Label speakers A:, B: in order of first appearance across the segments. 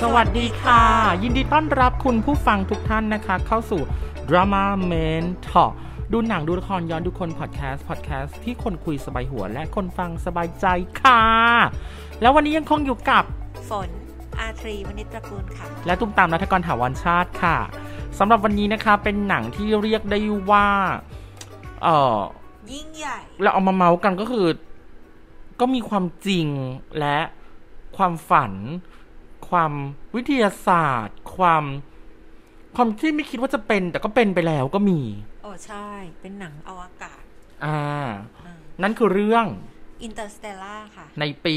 A: สวัสดีค่ะ ยินดีต้อนรับคุณผู้ฟังทุกท่านนะคะ เข้าสู่ Drama m e n t o r ดูหนังดูละครย้อนดูคนพอดแคสต์พอดแคสต์ที่คนคุยสบายหัวและคนฟังสบายใจค่ะ แล้ววันนี้ยังคงอยู่กับ
B: ฝน อาทรีวณิชตระกูลค่ะ
A: และตุ้มตามนัฐกรถาวรชาติค่ะสำหรับวันนี้นะคะเป็นหนังที่เรียกได้ว่าเออ
B: ยิ่งใหญ่
A: เราเอามาเมาส์กันก็คือ ก็มีความจริงและความฝัน ความวิทยาศาสตร์ ความความที่ไม่คิดว่าจะเป็น แต่ก็เป็นไปแล้วก็มี
B: โอ้ใช่ เป็นหนังอวกาศ
A: อ่า นั่นคือเรื่อง
B: อินเตอร์สเตลล่า Interstellar ค่ะ
A: ในปี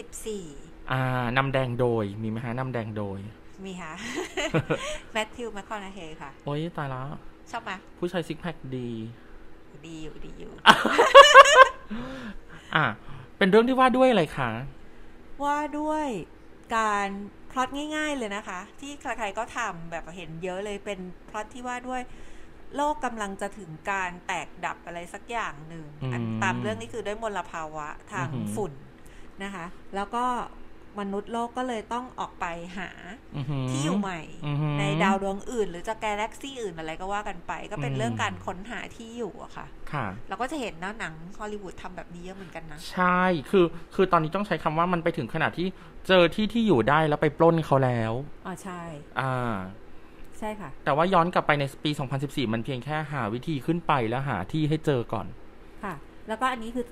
B: 2014
A: อ่านำแดงโดยมีไหมฮะนำแดงโดย
B: มีค่ะ แมทธิวแมคคอนาเฮย์ค่ะ
A: โอ้ยตายแล้ว
B: ชอบไหม
A: ผู้ชายซิกแพคดี
B: ดีอยู่ดีอยู่
A: อ่า เป็นเรื่องที่ว่าด้วยอะไรคะ
B: ว่าด้วยการพล็อตง่าย ๆเลยนะคะ ที่ใครๆก็ทำแบบเห็นเยอะเลยเป็นพล็อตที่ว่าด้วย โลกกำลังจะถึงการแตกดับอะไรสักอย่างหนึ่ง
A: อืม
B: อันตามเรื่องนี้คือด้วยมลภาวะทาง
A: อือหือ
B: ฝุ่นนะคะ แล้วก็มนุษย์โลกก็เลยต้องออกไปหา
A: อือหื
B: ที่อยู่ใหม่
A: อือหือ
B: ในดาวดวงอื่น หรือจะกาแล็กซี่อื่นอะไรก็ว่ากันไป ก็เป็น
A: อืม
B: เรื่องการค้นหาที่อยู่อะค่ะ
A: ค่ะ
B: เราก็จะเห็นนะหนังฮอลลีวูดทำแบบนี้เยอะเหมือนกันนะ
A: ใช่ คือ คือตอนนี้ต้องใช้คำว่ามันไปถึงขนาดที่เจอที่ที่อยู่ได้แล้วไปปล้นเขาแล้ว
B: อ๋อใช่
A: อ่า
B: ใช่ค่ะ
A: แต่ว่าย้อนกลับไปในปี 2014 มันเพียงแค่หาวิธีขึ้นไปแล้วหาที่ให้เจอก่อน
B: ค่ะ แล้วก็อันนี้คือ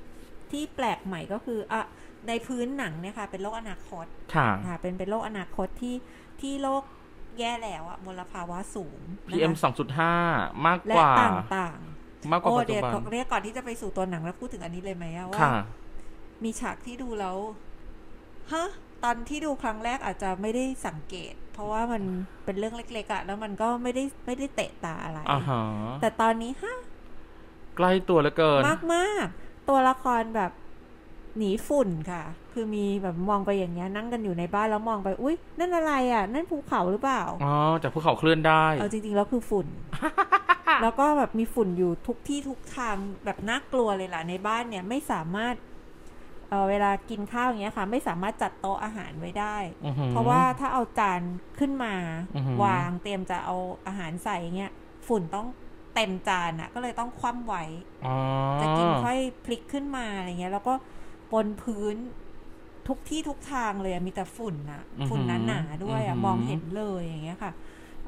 B: ที่แปลกใหม่ก็คืออ่ะในพื้นหนังเนี่ยค่ะ เป็นโลกอนาคต
A: ค่ะ
B: ค่ะเป็นเป็นโลกอนาคตที่ที่โลกแย่แล้วอะมลภาวะสูงนะคะ
A: PM 2.5 มาก
B: และ
A: กว่า
B: ต่าง
A: มาก
B: ๆ
A: กว่า
B: โอ้
A: ปัจจุ
B: เดี๋ยว
A: บัน
B: เรียกก่อนที่จะไปสู่ตัวหนังแล้วพูดถึงอันนี้เลยไหมอะว่า
A: ค่ะ
B: มีฉากที่ดูแล้วฮะตอนที่ดูครั้งแรกอาจจะไม่ได้สังเกต เพราะว่ามันเป็นเรื่องเล็กๆอะแล้วมันก็ไม่ได้ไม่ได้เตะตาอะไร
A: อ่าฮะ
B: แต่ตอนนี้ฮะ
A: ใกล้ตัวเหลือเกิน
B: มากมากๆตัวละครแบบหนีฝุ่นค่ะ คือมีแบบมองไปอย่างเงี้ยนั่งกันอยู่ในบ้านแล้วมองไป อุ้ยนั่นอะไรอ่ะ นั่นภูเขาหรือเปล่า
A: อ๋อ จากภูเขาเคลื่อนได้
B: เอาจริงๆแล้วคือ ฝุ่น แล้วก็แบบมีฝุ่นอยู่ทุกที่ทุกทางแบบน่ากลัวเลยล่ะในบ้านเนี่ยไม่สามารถเอ่อเวลากินข้าวอย่างเงี้ยค่ะ ไม่สามารถจัดโต๊ะอาหารไว้ได้
A: อื้อหือ
B: เพราะว่าถ้าเอาจานขึ้นมา
A: อื้อหือ
B: วางเตรียมจะเอาอาหารใส่อย่างเงี้ยฝุ่นต้องเต็มจานอ่ะ ก็เลยต้องคว่ำไว้
A: อ๋อ
B: จะกินค่อยพลิกขึ้นมาอะไรเงี้ย แล้วก็บนพื้นทุกที่ทุกทางเลยอะมีแต่ฝุ่นนะฝุ่นหนาๆด้วยอะมองเห็นเลยอย่างเงี้ยค่ะ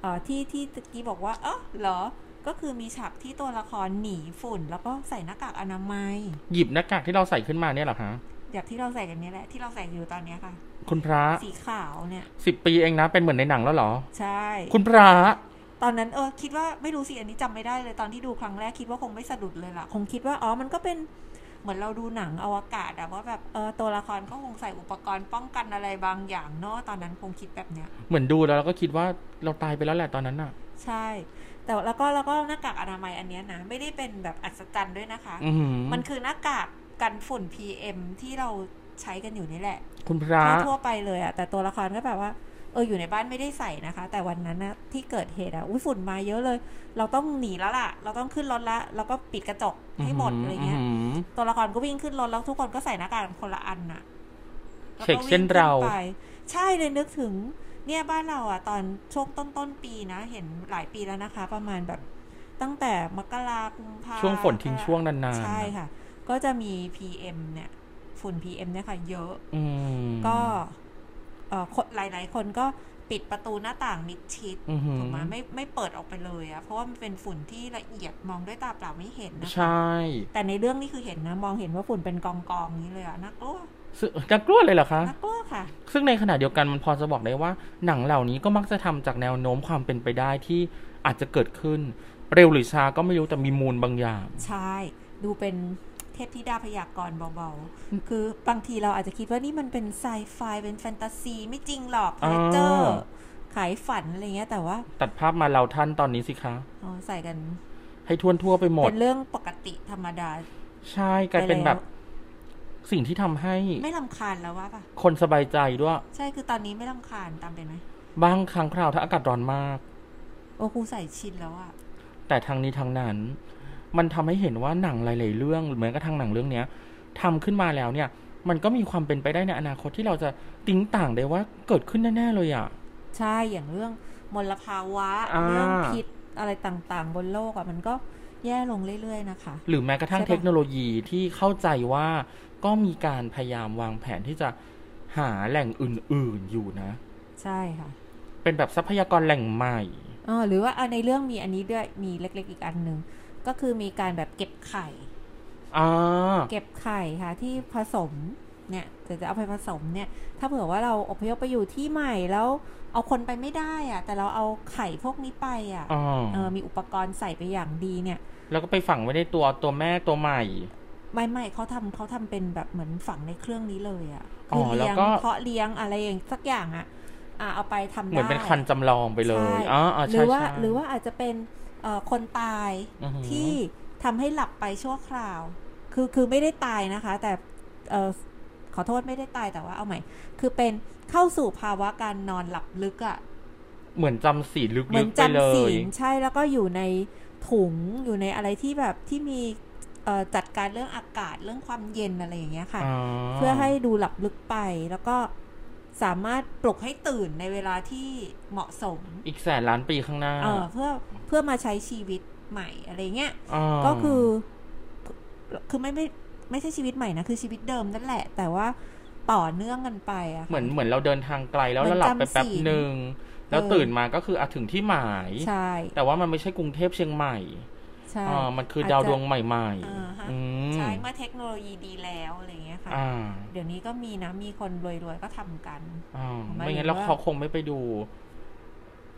B: เอ่อที่ที่ตะกี้บอกว่าเออเหรอ ก็คือมีฉากที่ตัวละครหนีฝุ่น แล้วก็ใส่หน้ากากอนามัย
A: หยิบหน้ากากที่เราใส่ขึ้นมาเนี่ยเหรอฮะ
B: แบบที่เราใส่กันเนี้ยแหละที่เราใส่อยู่ตอนเนี้ยค่ะ
A: คุณพระ
B: สีขาวเนี่ย
A: สิบปีเองนะ เป็นเหมือนในหนังแล้วเหรอ
B: ใช่
A: คุณพระ
B: ตอนนั้นเออคิดว่าไม่รู้สิอันนี้จำไม่ได้เลยตอนที่ดูครั้งแรกคิดว่าคงไม่สะดุดเลยล่ะ คงคิดว่าอ๋อมันก็เป็นเหมือนเราดูหนังอวกาศอะว่าแบบเออตัวละครก็คงใส่อุปกรณ์ป้องกันอะไรบางอย่างเนอะตอนนั้นคงคิดแบบเนี้ย
A: เหมือนดูแล้วเราก็คิดว่าเราตายไปแล้วแหละตอนนั้นน่ะ
B: ใช่ แต่แล้วก็แล้วก็หน้ากากอนามัยอันเนี้ยนะไม่ได้เป็นแบบอัศจรรย์ด้วยนะคะ
A: อือหือ
B: มันคือหน้ากากกันฝุ่น PM ที่เราใช้กันอยู่นี่แหละ
A: คุณพระ
B: ทั่วๆไปเลยอะแต่ตัวละครก็แบบว่าเอออยู่ในบ้านไม่ได้ใส่นะคะ แต่วันนั้นนะที่เกิดเหตุอะอุ้ยฝุ่นมาเยอะเลย เราต้องหนีแล้วล่ะ เราต้องขึ้นรถละเราก็ปิดกระจกให้หมดอะไรเงี้ย
A: หือ
B: ตัวละครก็วิ่งขึ้นรถแล้วทุกคนก็ใส่หน้ากากคนละอันน่ะแล้ว
A: เช็
B: ก็
A: ค
B: วิ่ง
A: เส้นเรา
B: ขึ้ไปใช่เลยนึกถึง เนี่ยบ้านเราอะตอนช่วงต้นต้นๆปีนะ เห็นหลายปีแล้วนะคะ ประมาณแบบตั้งแต่มกรากุมภา
A: ช่วงฝนทิ้งช่วงนานๆ
B: ใช่ค่ะ ก็จะมี PM เนี่ยฝุ่น PM เนี่ยค่ะเยอะ
A: อืม
B: ก็เอ่อคนหลาย ๆ คนก็ปิดประตูหน้าต่างมิดชิด
A: อือหือ
B: ถูกไหมไม่ไม่เปิดออกไปเลยอะเพราะว่ามันเป็นฝุ่นที่ละเอียดมองด้วยตาเปล่าไม่เห็นนะ
A: ใช่
B: แต่ในเรื่องนี่คือเห็นนะ มองเห็นว่าฝุ่นเป็นกองกองๆนี้เลยอะน่ากลัว
A: ซึ่งน่ากลัวเลยเหรอคะ
B: น่ากลัวค่ะ
A: ซึ่งในขณะเดียวกันมันพอจะบอกได้ว่า หนังเหล่านี้ก็มักจะทำจากแนวโน้มความเป็นไปได้ที่อาจจะเกิดขึ้น เร็วหรือช้าก็ไม่รู้แต่มีมูลบางอย่าง
B: ใช่ ดูเป็นเทพธิดาพยากรณ์เบาๆ คือบางทีเราอาจจะคิดว่านี่มันเป็นไซไฟเป็นแฟนตาซีไม่จริงหรอกเพลเจอร์
A: อ่า
B: ขายฝันอะไรเงี้ยแต่ว่า
A: ตัดภาพมาเราท่านตอนนี้สิคะ
B: เอาใส่กัน
A: ให้ทั่วทั่วๆไปหมด
B: เป็นเรื่องปกติธรรมดา
A: ใช่กลายเป็นแบบ สิ่งที่ทำให้
B: ไม่ลำคาญแล้วว่าปะ
A: คนสบายใจด้วย
B: ใช่คือตอนนี้ไม่รำคาญตามเป็นไหม
A: บางครั้งคราวถ้าอากาศร้อนมาก
B: โอ้ครูใส่ชินแล้วอะ
A: แต่ทางนี้ทางนั้น มันทำให้เห็นว่าหนังหลาย ๆ เรื่องหรือแม้กระทั่งหนังเรื่องเนี้ยทำขึ้นมาแล้วเนี่ย มันก็มีความเป็นไปได้ในอนาคตที่เราจะติ้งต่างได้ว่าเกิดขึ้นแน่ๆเลยอ่ะ
B: ใช่อย่างเรื่องมลภาวะ
A: อ่า
B: เรื่องพิษอะไรต่างๆ บนโลกอ่ะมันก็แย่ลงเรื่อยๆนะคะ
A: หรือแม้กระทั่ง
B: ใช่ปะ
A: เทคโนโลยีที่เข้าใจว่าก็มีการพยายามวางแผนที่จะหาแหล่งอื่นๆอยู่นะ
B: ใช่ค่ะ
A: เป็นแบบทรัพยากรแหล่งใหม่
B: อ๋อหรือว่าเอาในเรื่องมีอันนี้ด้วยมีเล็กๆอีกอันหนึ่งก็คือมีการแบบเก็บไข่
A: อ่า
B: เก็บไข่ค่ะที่ผสมเนี่ยจะจะเอาไปผสมเนี่ย ถ้าเผื่อว่าเราอพยพไปอยู่ที่ใหม่แล้วเอาคนไปไม่ได้อะแต่เราเอาไข่พวกนี้ไปอะ
A: อ่า
B: เออมีอุปกรณ์ใส่ไปอย่างดีเนี่ย
A: แล้วก็ไปฝังไว้ในตัวตัวแม่ตัวใหม่
B: ไม่ไม่เขาทำเขาทำเป็นแบบเหมือนฝังในเครื่องนี้เลยอะคืออ
A: อแล้
B: เลี้
A: วย
B: ง
A: ก็
B: เพาะเลี้ยงอะไรอย่างสักอย่างอะอ่ะเอาไปทำได้
A: เหมือนเป็นคันจำลองไปเลยอ๋ออ่า
B: ห
A: ใช่
B: รือว่า
A: ใช่
B: หรือว่าอาจจะเป็นเอ่อคนตาย
A: อือหือ
B: ที่ทำให้หลับไปชั่วคราว คือคือไม่ได้ตายนะคะ แต่เอ่อขอโทษไม่ได้ตายแต่ว่าเอาใหม่ คือเป็นเข้าสู่ภาวะการนอนหลับลึกอะ
A: เหมือนจำสีลลึก
B: เหมือน
A: ๆไปเล
B: จำศี
A: ย
B: ลใช่แล้วก็อยู่ในถุงอยู่ในอะไรที่แบบที่มีเอ่อจัดการเรื่องอากาศเรื่องความเย็นอะไรอย่างเงี้ยค่ะ เพื่อให้ดูหลับลึกไปแล้วก็สามารถปลุกให้ตื่นในเวลาที่เหมาะสม
A: อีกแสนล้านปีข้างหน้า
B: เออเพื่อเพื่อมาใช้ชีวิตใหม่อะไรเงี้ย
A: า
B: ก็คือคือไม่ไม่ไม่ใช่ชีวิตใหม่นะคือชีวิตเดิมนั่นแหละ แต่ว่าต่อเนื่องกันไปอะค่ะ
A: เหมือนเหมือนเราเดินทางไกลแล้ว
B: เหมือน
A: เราหลับไป
B: จำ
A: แป๊บ
B: ศีล
A: หนึ่ง แล้ว
B: เออ
A: ตื่นมาก็คืออะถึงที่หมาย
B: ใช่
A: แต่ว่ามันไม่ใช่กรุงเทพเชียงใหม่
B: ใช่
A: อ่ามันคือดาวดวงใหม่
B: อ่าฮะ
A: อืม
B: ใช่เมื่อเทคโนโลยีดีแล้วอะไรเงี้ยค่ะ
A: อ่า
B: เดี๋ยวนี้ก็มีนะมีคนรวยๆก็ทำกัน
A: อ่า
B: หมายถึง
A: ไม่งั้นแล้ว
B: ว่า
A: เขาคงไม่ไปดู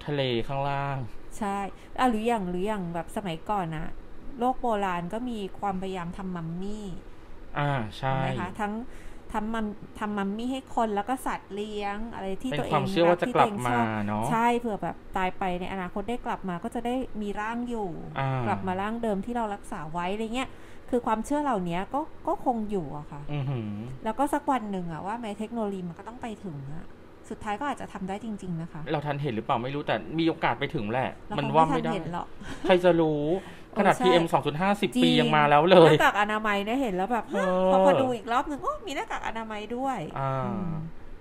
A: ทะเลข้างล่าง
B: ใช่อ่ะหรืออย่างหรืออย่างแบบสมัยก่อนนะโลกโบราณก็มีความพยายามทำมัมมี่
A: อ่าใช่
B: นะคะทั้งทำมัมทำมัมมี่ให้คนแล้วก็สัตว์เลี้ยงอะไรที่
A: เป็น
B: ตัวเอง
A: ความเชื่อว่าจะกลับมาเนาะ
B: ใช่เผื่อแบบตายไปในอนาคตได้กลับมาก็จะได้มีร่างอยู่
A: อ่าก
B: กลับมาร่างเดิมที่เรารักษาไว้อะไรเงี้ยคือความเชื่อเหล่านี้ก็ก็คงอยู่อะค่ะ
A: อือหือ
B: แล้วก็สักวันหนึ่งอะว่าแม้เทคโนโลยีมันก็ต้องไปถึงอะสุดท้ายก็อาจจะทำได้จริง ๆ นะคะ
A: เราทันเห็นหรือเปล่าไม่รู้แต่มีโอกาสไปถึงแหละ
B: เรา
A: มัน
B: คง
A: ว่าไม่
B: ไม่ทัน
A: ได้
B: เห็นหรอก
A: ใครจะรู้ขนาด
B: เออใช่
A: PM 2.5 10 ปี
B: จริ
A: ยังมาแล้วเลย
B: หน้ากากอนามัยเนี่ยเห็นแล้วแบบ
A: เออ
B: พอพอดูอีกรอบหนึ่งโอ้มีหน้ากากอนามัยด้วย
A: อ่า
B: อืม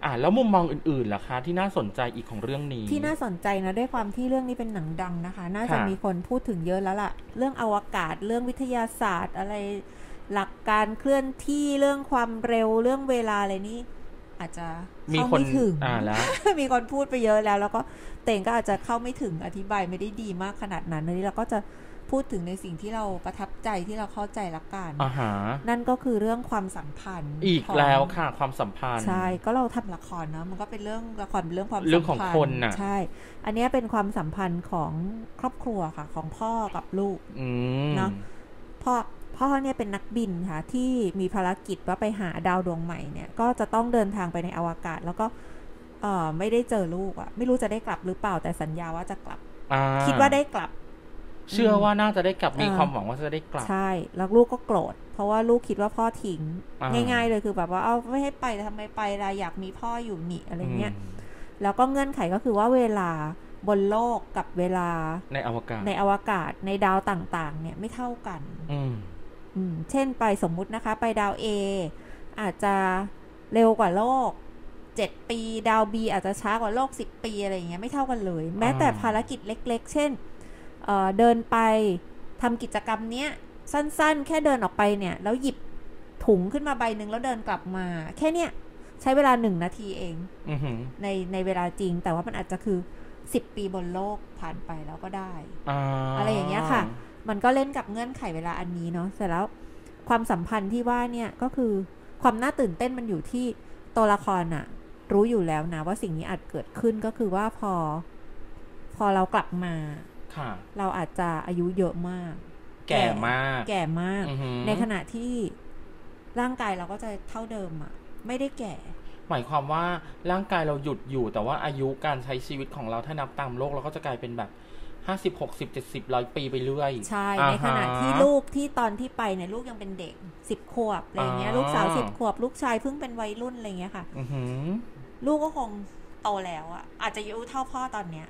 A: อ่าแล้วมุมมองอื่นๆล่ะคะ ที่น่าสนใจอีกของเรื่องนี้
B: ที่น่าสนใจนะด้วยความที่เรื่องนี้เป็นหนังดังนะคะ น่าจะ
A: ค่ะ
B: มีคนพูดถึงเยอะแล้วล่ะ เรื่องอวกาศเรื่องวิทยาศาสตร์ อะไรหลักการเคลื่อนที่เรื่องความเร็วเรื่องเวลาอะไรนี่อาจจะ
A: มี
B: เข้า
A: คน
B: ไม่ถึง
A: อ่า แล้ว
B: มีคนพูดไปเยอะแล้ว แล้วก็เต่งก็อาจจะเข้าไม่ถึงอธิบายไม่ได้ดีมากขนาดนั้นอันนี้เราก็จะพูดถึงในสิ่งที่เราประทับใจที่เราเข้าใจละกัน
A: อาหาร
B: นั่นก็คือเรื่องความสัมพันธ์
A: อีก
B: ของ
A: แล้วค่ะความสัมพันธ์
B: ใช่ ก็เราทำละครเนอะมันก็เป็นเรื่องละครเป็นเรื่องความ
A: เรื่องของ
B: สัมพัธ์
A: คนน่ะ
B: ใช่ อันเนี้ยเป็นความสัมพันธ์ของครอบครัวค่ะ ของพ่อกับลูก
A: อืม
B: เนอะ พ่อพ่อเนี่ยเป็นนักบินค่ะ ที่มีภารกิจว่าไปหาดาวดวงใหม่เนี่ย ก็จะต้องเดินทางไปในอวกาศ แล้วก็เออไม่ได้เจอลูกอะไม่รู้จะได้กลับหรือเปล่าแต่สัญญาว่าจะกลับ
A: อ่
B: คิดว่าได้กลับ
A: เชื่อว่าน่าจะได้กลับมี
B: เออ
A: ความหวังว่าจะได้กลับ
B: ใช่ แล้วลูกก็โกรธ เพราะว่าลูกคิดว่าพ่อทิ้ง
A: อ่า
B: ง่ายๆเลยคือแบบว่าเอาไม่ให้ไปแต่ทำไมไปล่ะอยากมีพ่ออยู่นี่อะไรเงี้ย
A: ม
B: แล้วก็เงื่อนไขก็คือว่าเวลาบนโลกกับเวลา
A: ในอวกาศ
B: ในอวกาศในดาวต่างๆ เนี่ยไม่เท่ากัน
A: อืม
B: อืมเช่นไปสมมุตินะคะ ไปดาว A อาจจะเร็วกว่าโลก 7 ปีดาว B อาจจะช้ากว่าโลก 10 ปีอะไรอย่างเงี้ยไม่เท่ากันเลย แม้แต่ภารกิจเล็กๆ เช่นเอ่อเดินไปทำกิจกรรมเนี้ยสั้นๆ แค่เดินออกไปเนี่ยแล้วหยิบถุงขึ้นมาใบหนึ่งแล้วเดินกลับมา แค่เนี้ยใช้เวลาหนึ่งนาทีเอง
A: อือหือ
B: ในในเวลาจริงแต่ว่ามันอาจจะคือ 10 ปีบนโลกผ่านไปแล้วก็ได้
A: อ่า
B: อะไรอย่างเงี้ยค่ะ มันก็เล่นกับเงื่อนไขเวลาอันนี้เนาะเสร็จแล้วความสัมพันธ์ที่ว่าเนี่ยก็คือความน่าตื่นเต้นมันอยู่ที่ตัวละครอะรู้อยู่แล้วนะว่าสิ่งนี้อาจเกิดขึ้นก็คือว่าพอ พอเรากลับมา
A: ค่ะ
B: เราอาจจะอายุเยอะมาก
A: แก่มาก
B: แก่มาก
A: อือหือ
B: ในขณะที่ร่างกายเราก็จะเท่าเดิมอะไม่ได้แก่
A: หมายความว่าร่างกายเราหยุดอยู่ แต่ว่าอายุการใช้ชีวิตของเราถ้านับตามโลกเราก็จะกลายเป็นแบบห้าสิบหกสิบเจ็ดสิบร้อยปีไปเรื่อย
B: ใช่
A: อ่า
B: ในขณะ
A: ฮ
B: ที่ลูกที่ตอนที่ไปเนี่ยลูกยังเป็นเด็กสิบขวบอะไรอย่างเงี้ย
A: อ่า
B: ลูกสาวสิบขวบ ลูกชายเพิ่งเป็นวัยรุ่นอะไรอย่างเงี้ยค่ะ
A: อือหือ
B: ลูกก็คงโตแล้วอะอาจจะอายุเท่าพ่อตอนเนี้ย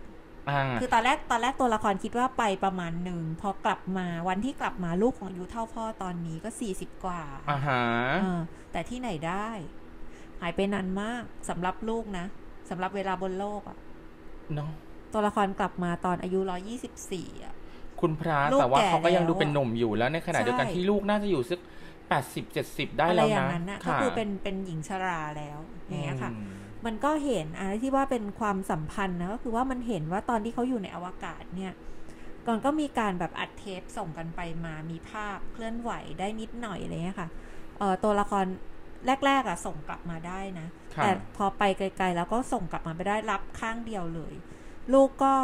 A: อ่า
B: คือตอนแรกตอนแรกตัวละครคิดว่าไปประมาณหนึ่งพอกลับมาวันที่กลับมาลูกของอายูเท่าพ่อตอนนี้ก็สี่สิบกว่า
A: อ่าฮะ
B: เออแต่ที่ไหนได้ หายไปนานมากสำหรับลูกนะสำหรับเวลาบนโลกอะ
A: เนาะ
B: ตัวละครกลับมาตอนอายุร้อยี่สิบสี่อะ
A: คุณพระ
B: ลูก
A: แต่ว่า
B: แก่
A: เขาก็ยัง
B: แล้ว
A: ดูเป็นหนุ่มอยู่แล้วในขณะ
B: ใช่
A: เดียวกันที่ลูกน่าจะอยู่สักแปดสิบเจ็ดสิบได้
B: อะไร
A: แล้ว
B: อย่า
A: นะ
B: งนั้นนะก็คือเป็นเป็นหญิงชราแล้วอย่างเงี้ยค่ะ
A: อืม
B: มันก็เห็นอะไรที่ว่าเป็นความสัมพันธ์นะก็คือว่ามันเห็นว่าตอนที่เขาอยู่ในอวกาศเนี่ยก่อนก็มีการแบบอัดเทปส่งกันไปมามีภาพเคลื่อนไหวได้นิดหน่อยอะไรเงี้ยค่ะเอ่อตัวละครแรกๆอะส่งกลับมาได้นะ
A: ค่ะ
B: แต่พอไปไกลๆแล้วก็ส่งกลับมาไม่ได้รับข้างเดียวเลย ลูกก็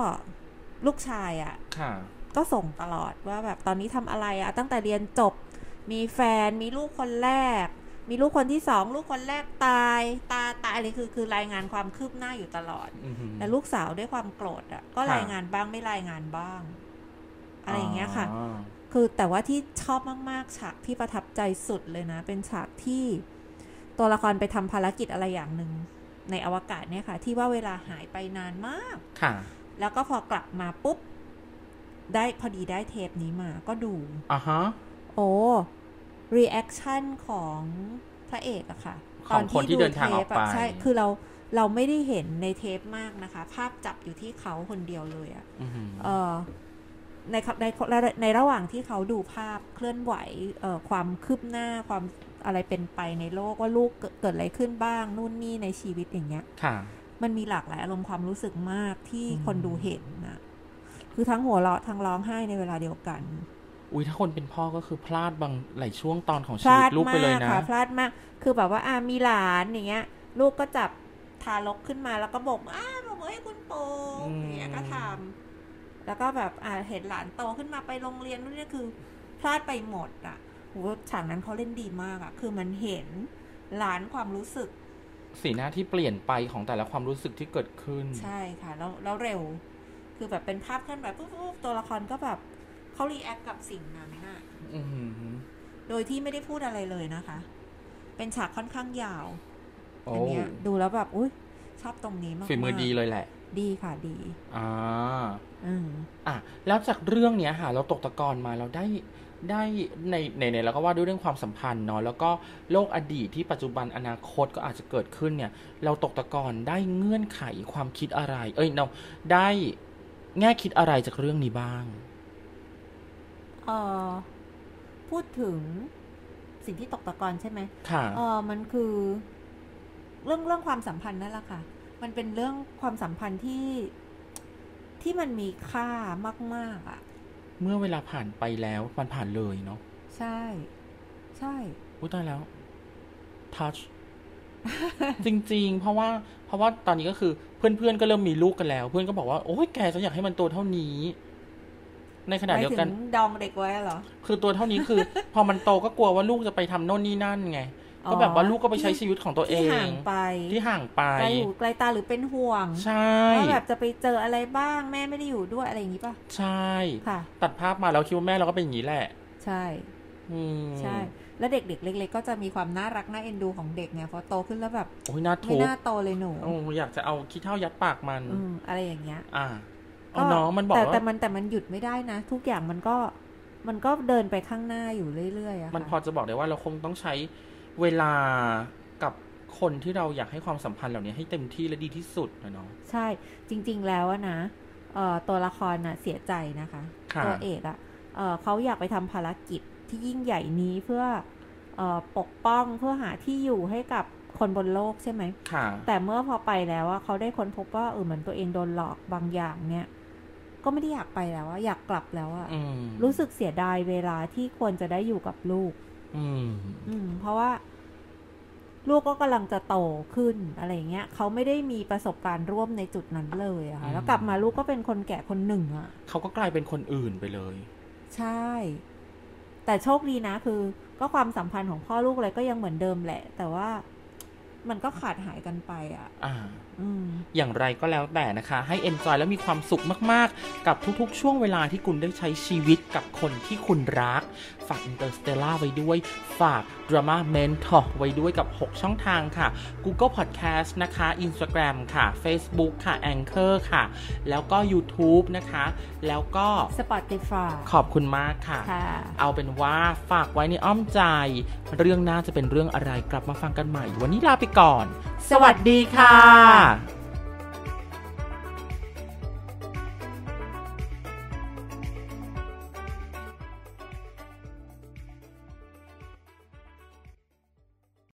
B: ลูกชายอะ
A: ค่ะ
B: ก็ส่งตลอดว่าแบบตอนนี้ทำอะไรอะตั้งแต่เรียนจบ มีแฟนมีลูกคนแรก มีลูกคนที่สองลูกคนแรกตาย ตาตายอะไรคือคือรายงานความคืบหน้าอยู่ตลอด
A: อือหือ
B: แต่ลูกสาวด้วยความโกรธอะก็
A: ค่ะ
B: รายงานบ้างไม่รายงานบ้าง อะไรอย่างเงี้ยค่ะ
A: อ๋อ
B: คือแต่ว่าที่ชอบมาก ๆ ฉากที่ประทับใจสุดเลยนะ เป็นฉากที่ตัวละครไปทำภารกิจอะไรอย่างหนึ่งในอวกาศเนี่ยค่ะ ที่ว่าเวลาหายไปนานมาก
A: ค่ะ
B: แล้วก็พอกลับมาปุ๊บ ได้พอดีได้เทปนี้มาก็ดู
A: อ่าฮะ
B: โอ้รีแอคชั่นของพระเอกอะค่ะ
A: ของคนที่เดินทางออกไป
B: ตนที่ดูเทปะใช่ คือเราเราไม่ได้เห็นในเทปมากนะคะ ภาพจับอยู่ที่เขาคนเดียวเลยอะ
A: อือหือ
B: เออในในในในระหว่างที่เขาดูภาพเคลื่อนไหวเอ่อความคืบหน้าความอะไรเป็นไปในโลกว่าลูกเกิดเกิดอะไรขึ้นบ้าง นู่นนี่ในชีวิตอย่างเงี้ย
A: ค่ะ
B: มันมีหลากหลายอารมณ์ความรู้สึกมากที่
A: อืม
B: คนดูเห็นนะ คือทั้งหัวเราะทั้งร้องไห้ในเวลาเดียวกัน
A: อุ้ยถ้าคนเป็นพ่อก็คือพลาดบางหลายช่วงตอนของ
B: พ
A: ชีวิ
B: ลา
A: ต
B: ด
A: ลูกไป
B: มา
A: เลย
B: ก
A: นะ
B: ค่ะพลาดมาก คือแบบว่าอ่ามีหลานอย่างเงี้ย ลูกก็จับทารกขึ้นมาแล้วก็โบอกอ้าบอกเอ้ยคุณปู่
A: อืม
B: อย่างเงี้ยก็ทำแล้วก็แบบอ่าเห็นหลานโตขึ้นมาไปโรงเรียนนู่นนี่คือ พลาดไปหมดอ่ะโหฉากนั้นเขาเล่นดีมากอ่ะ คือมันเห็นหลานความรู้สึก
A: สีหน้าที่เปลี่ยนไปของแต่ละความรู้สึกที่เกิดขึ้น
B: ใช่ค่ะแล้วแล้วเร็ว คือแบบเป็นภาพเคลื่อนไหวปุ๊บปุ๊บตัวละครก็แบบเขารีแอคกับสิ่งนั้นน่ะ
A: อือหือ
B: โดยที่ไม่ได้พูดอะไรเลยนะคะ เป็นฉากค่อนข้างยาว
A: โอ้
B: อันเนี้ยดูแล้วแบบอุ้ยชอบตรงนี้มากๆ
A: ฝีมือดีเลยแหละ
B: ดีค่ะดี
A: อ่า
B: อืม
A: อ่ะแล้วจากเรื่องเนี้ยค่ะเราตกตะกอนมาเราได้ได้ในในในแล้วก็ว่าด้วยเรื่องความสัมพันธ์เนาะแล้วก็โลกอดีตที่ปัจจุบันอนาคตก็อาจจะเกิดขึ้นเนี่ย เราตกตะกอนได้เงื่อนไขความคิดอะไร เอ้ยเราได้แง่คิดอะไรจากเรื่องนี้บ้าง
B: เออพูดถึงสิ่งที่ตกตะกอนใช่ไหม
A: ค่ะ
B: เออมันคือเรื่องเรื่องความสัมพันธ์นั่นแหละค่ะ มันเป็นเรื่องความสัมพันธ์ที่ที่มันมีค่ามากๆอ่ะ
A: เมื่อเวลาผ่านไปแล้วมันผ่านเลยเนาะ
B: ใช่ ใช่
A: อุ้ยตายแล้วทัช จริง ๆ เพราะว่าเพราะว่าตอนนี้ก็คือเพื่อนๆก็เริ่มมีลูกกันแล้ว เพื่อนก็บอกว่าโอ้ยแกฉันอยากให้มันโตเท่านี้ ในขณะเดียวกัน
B: หมถึงดองเด็กไว้เหรอ
A: คือตัวเท่านี้คือ พอมันโตก็กลัวว่าลูกจะไปทำโน่นนี่นั่นไง ก็แบบว่าลูกก็ไปใช้ชีวิตของตัวเอ
B: ที่ห่าง งไป
A: ที่ห่างไป
B: ไกลหูไกลตาหรือเป็นห่วง
A: ใช่
B: ว่าแบบจะไปเจออะไรบ้างแม่ไม่ได้อยู่ด้วยอะไรอย่างนี้ป่ะ
A: ใช่
B: ค่ะ
A: ตัดภาพมาแล้วคิดว่าแม่เราก็เป็นอย่างนี้แหละ
B: ใช่
A: อืม
B: ใช่ แล้วเด็กๆเล็ก ๆ ก็จะมีความน่ารักน่าเอ็นดูของเด็กไงพอโตขึ้นแล้วแบบ
A: โอ้ยน่า
B: ไม่
A: ทุกข์
B: น่าโตเลยหนู
A: โอ้อยากจะเอาขี้เท่ายัดปากมัน
B: อืมอะไรอย่างเงี้ย
A: อ่าเอาน้องมันบอก
B: แต่แต่
A: ว่า
B: มันแต่มันหยุดไม่ได้นะ ทุกอย่างมันก็มันก็เดินไปข้างหน้าอยู่เรื่อยๆอะค่ะ
A: มันพอจะบอกได้ว่าเราคงต้องใช้เวลากับคนที่เราอยากให้ความสัมพันธ์เหล่านี้ให้เต็มที่และดีที่สุดนะเนาะ
B: ใช่ จริง ๆ แล้วอะนะเอ่อตัวละครน่ะเสียใจนะคะ
A: ค่ะ
B: ตัวเอกอะเอ่อเขาอยากไปทำภารกิจที่ยิ่งใหญ่นี้เพื่อเออปกป้องเพื่อหาที่อยู่ให้กับคนบนโลกใช่ไหม
A: ค่ะ
B: แต่เมื่อพอไปแล้วอะเขาได้ค้นพบว่าเออเหมือนตัวเองโดนหลอกบางอย่างเนี่ย ก็ไม่ได้อยากไปแล้วอะอยากกลับแล้วอะ
A: อืม
B: รู้สึกเสียดายเวลาที่ควรจะได้อยู่กับลูก
A: อืม
B: อืม เพราะว่า ลูกก็กำลังจะโตขึ้นอะไรอย่างเงี้ยเขาไม่ได้มีประสบการณ์ร่วมในจุดนั้นเลยอะค่ะแล้วกลับมาลูกก็เป็นคนแก่คนหนึ่งอะ
A: เขาก็กลายเป็นคนอื่นไปเลย
B: ใช่ แต่โชคดีนะคือ ก็ความสัมพันธ์ของพ่อลูกอะไรก็ยังเหมือนเดิมแหละ แต่ว่า มันก็ขาดหายกันไปอ่ะ
A: อ่า
B: อืม
A: อย่างไรก็แล้วแต่นะคะ ให้ enjoy และมีความสุขมาก ๆ กับทุก ๆ ช่วงเวลาที่คุณได้ใช้ชีวิตกับคนที่คุณรัก ฝาก Interstellar ไว้ด้วย ฝาก Drama Mentor ไว้ด้วยกับ 6 ช่องทางค่ะ Google Podcast นะคะ Instagram ค่ะ Facebook ค่ะ Anchor ค่ะ แล้วก็ YouTube นะคะ แล้วก็
B: Spotify
A: ขอบคุณมากค่ะ
B: ค่ะ
A: เอาเป็นว่าฝากไว้ในอ้อมใจ เรื่องหน้าจะเป็นเรื่องอะไรกลับมาฟังกันใหม่ วันนี้ลาไปก่อน สวัสดีค่ะ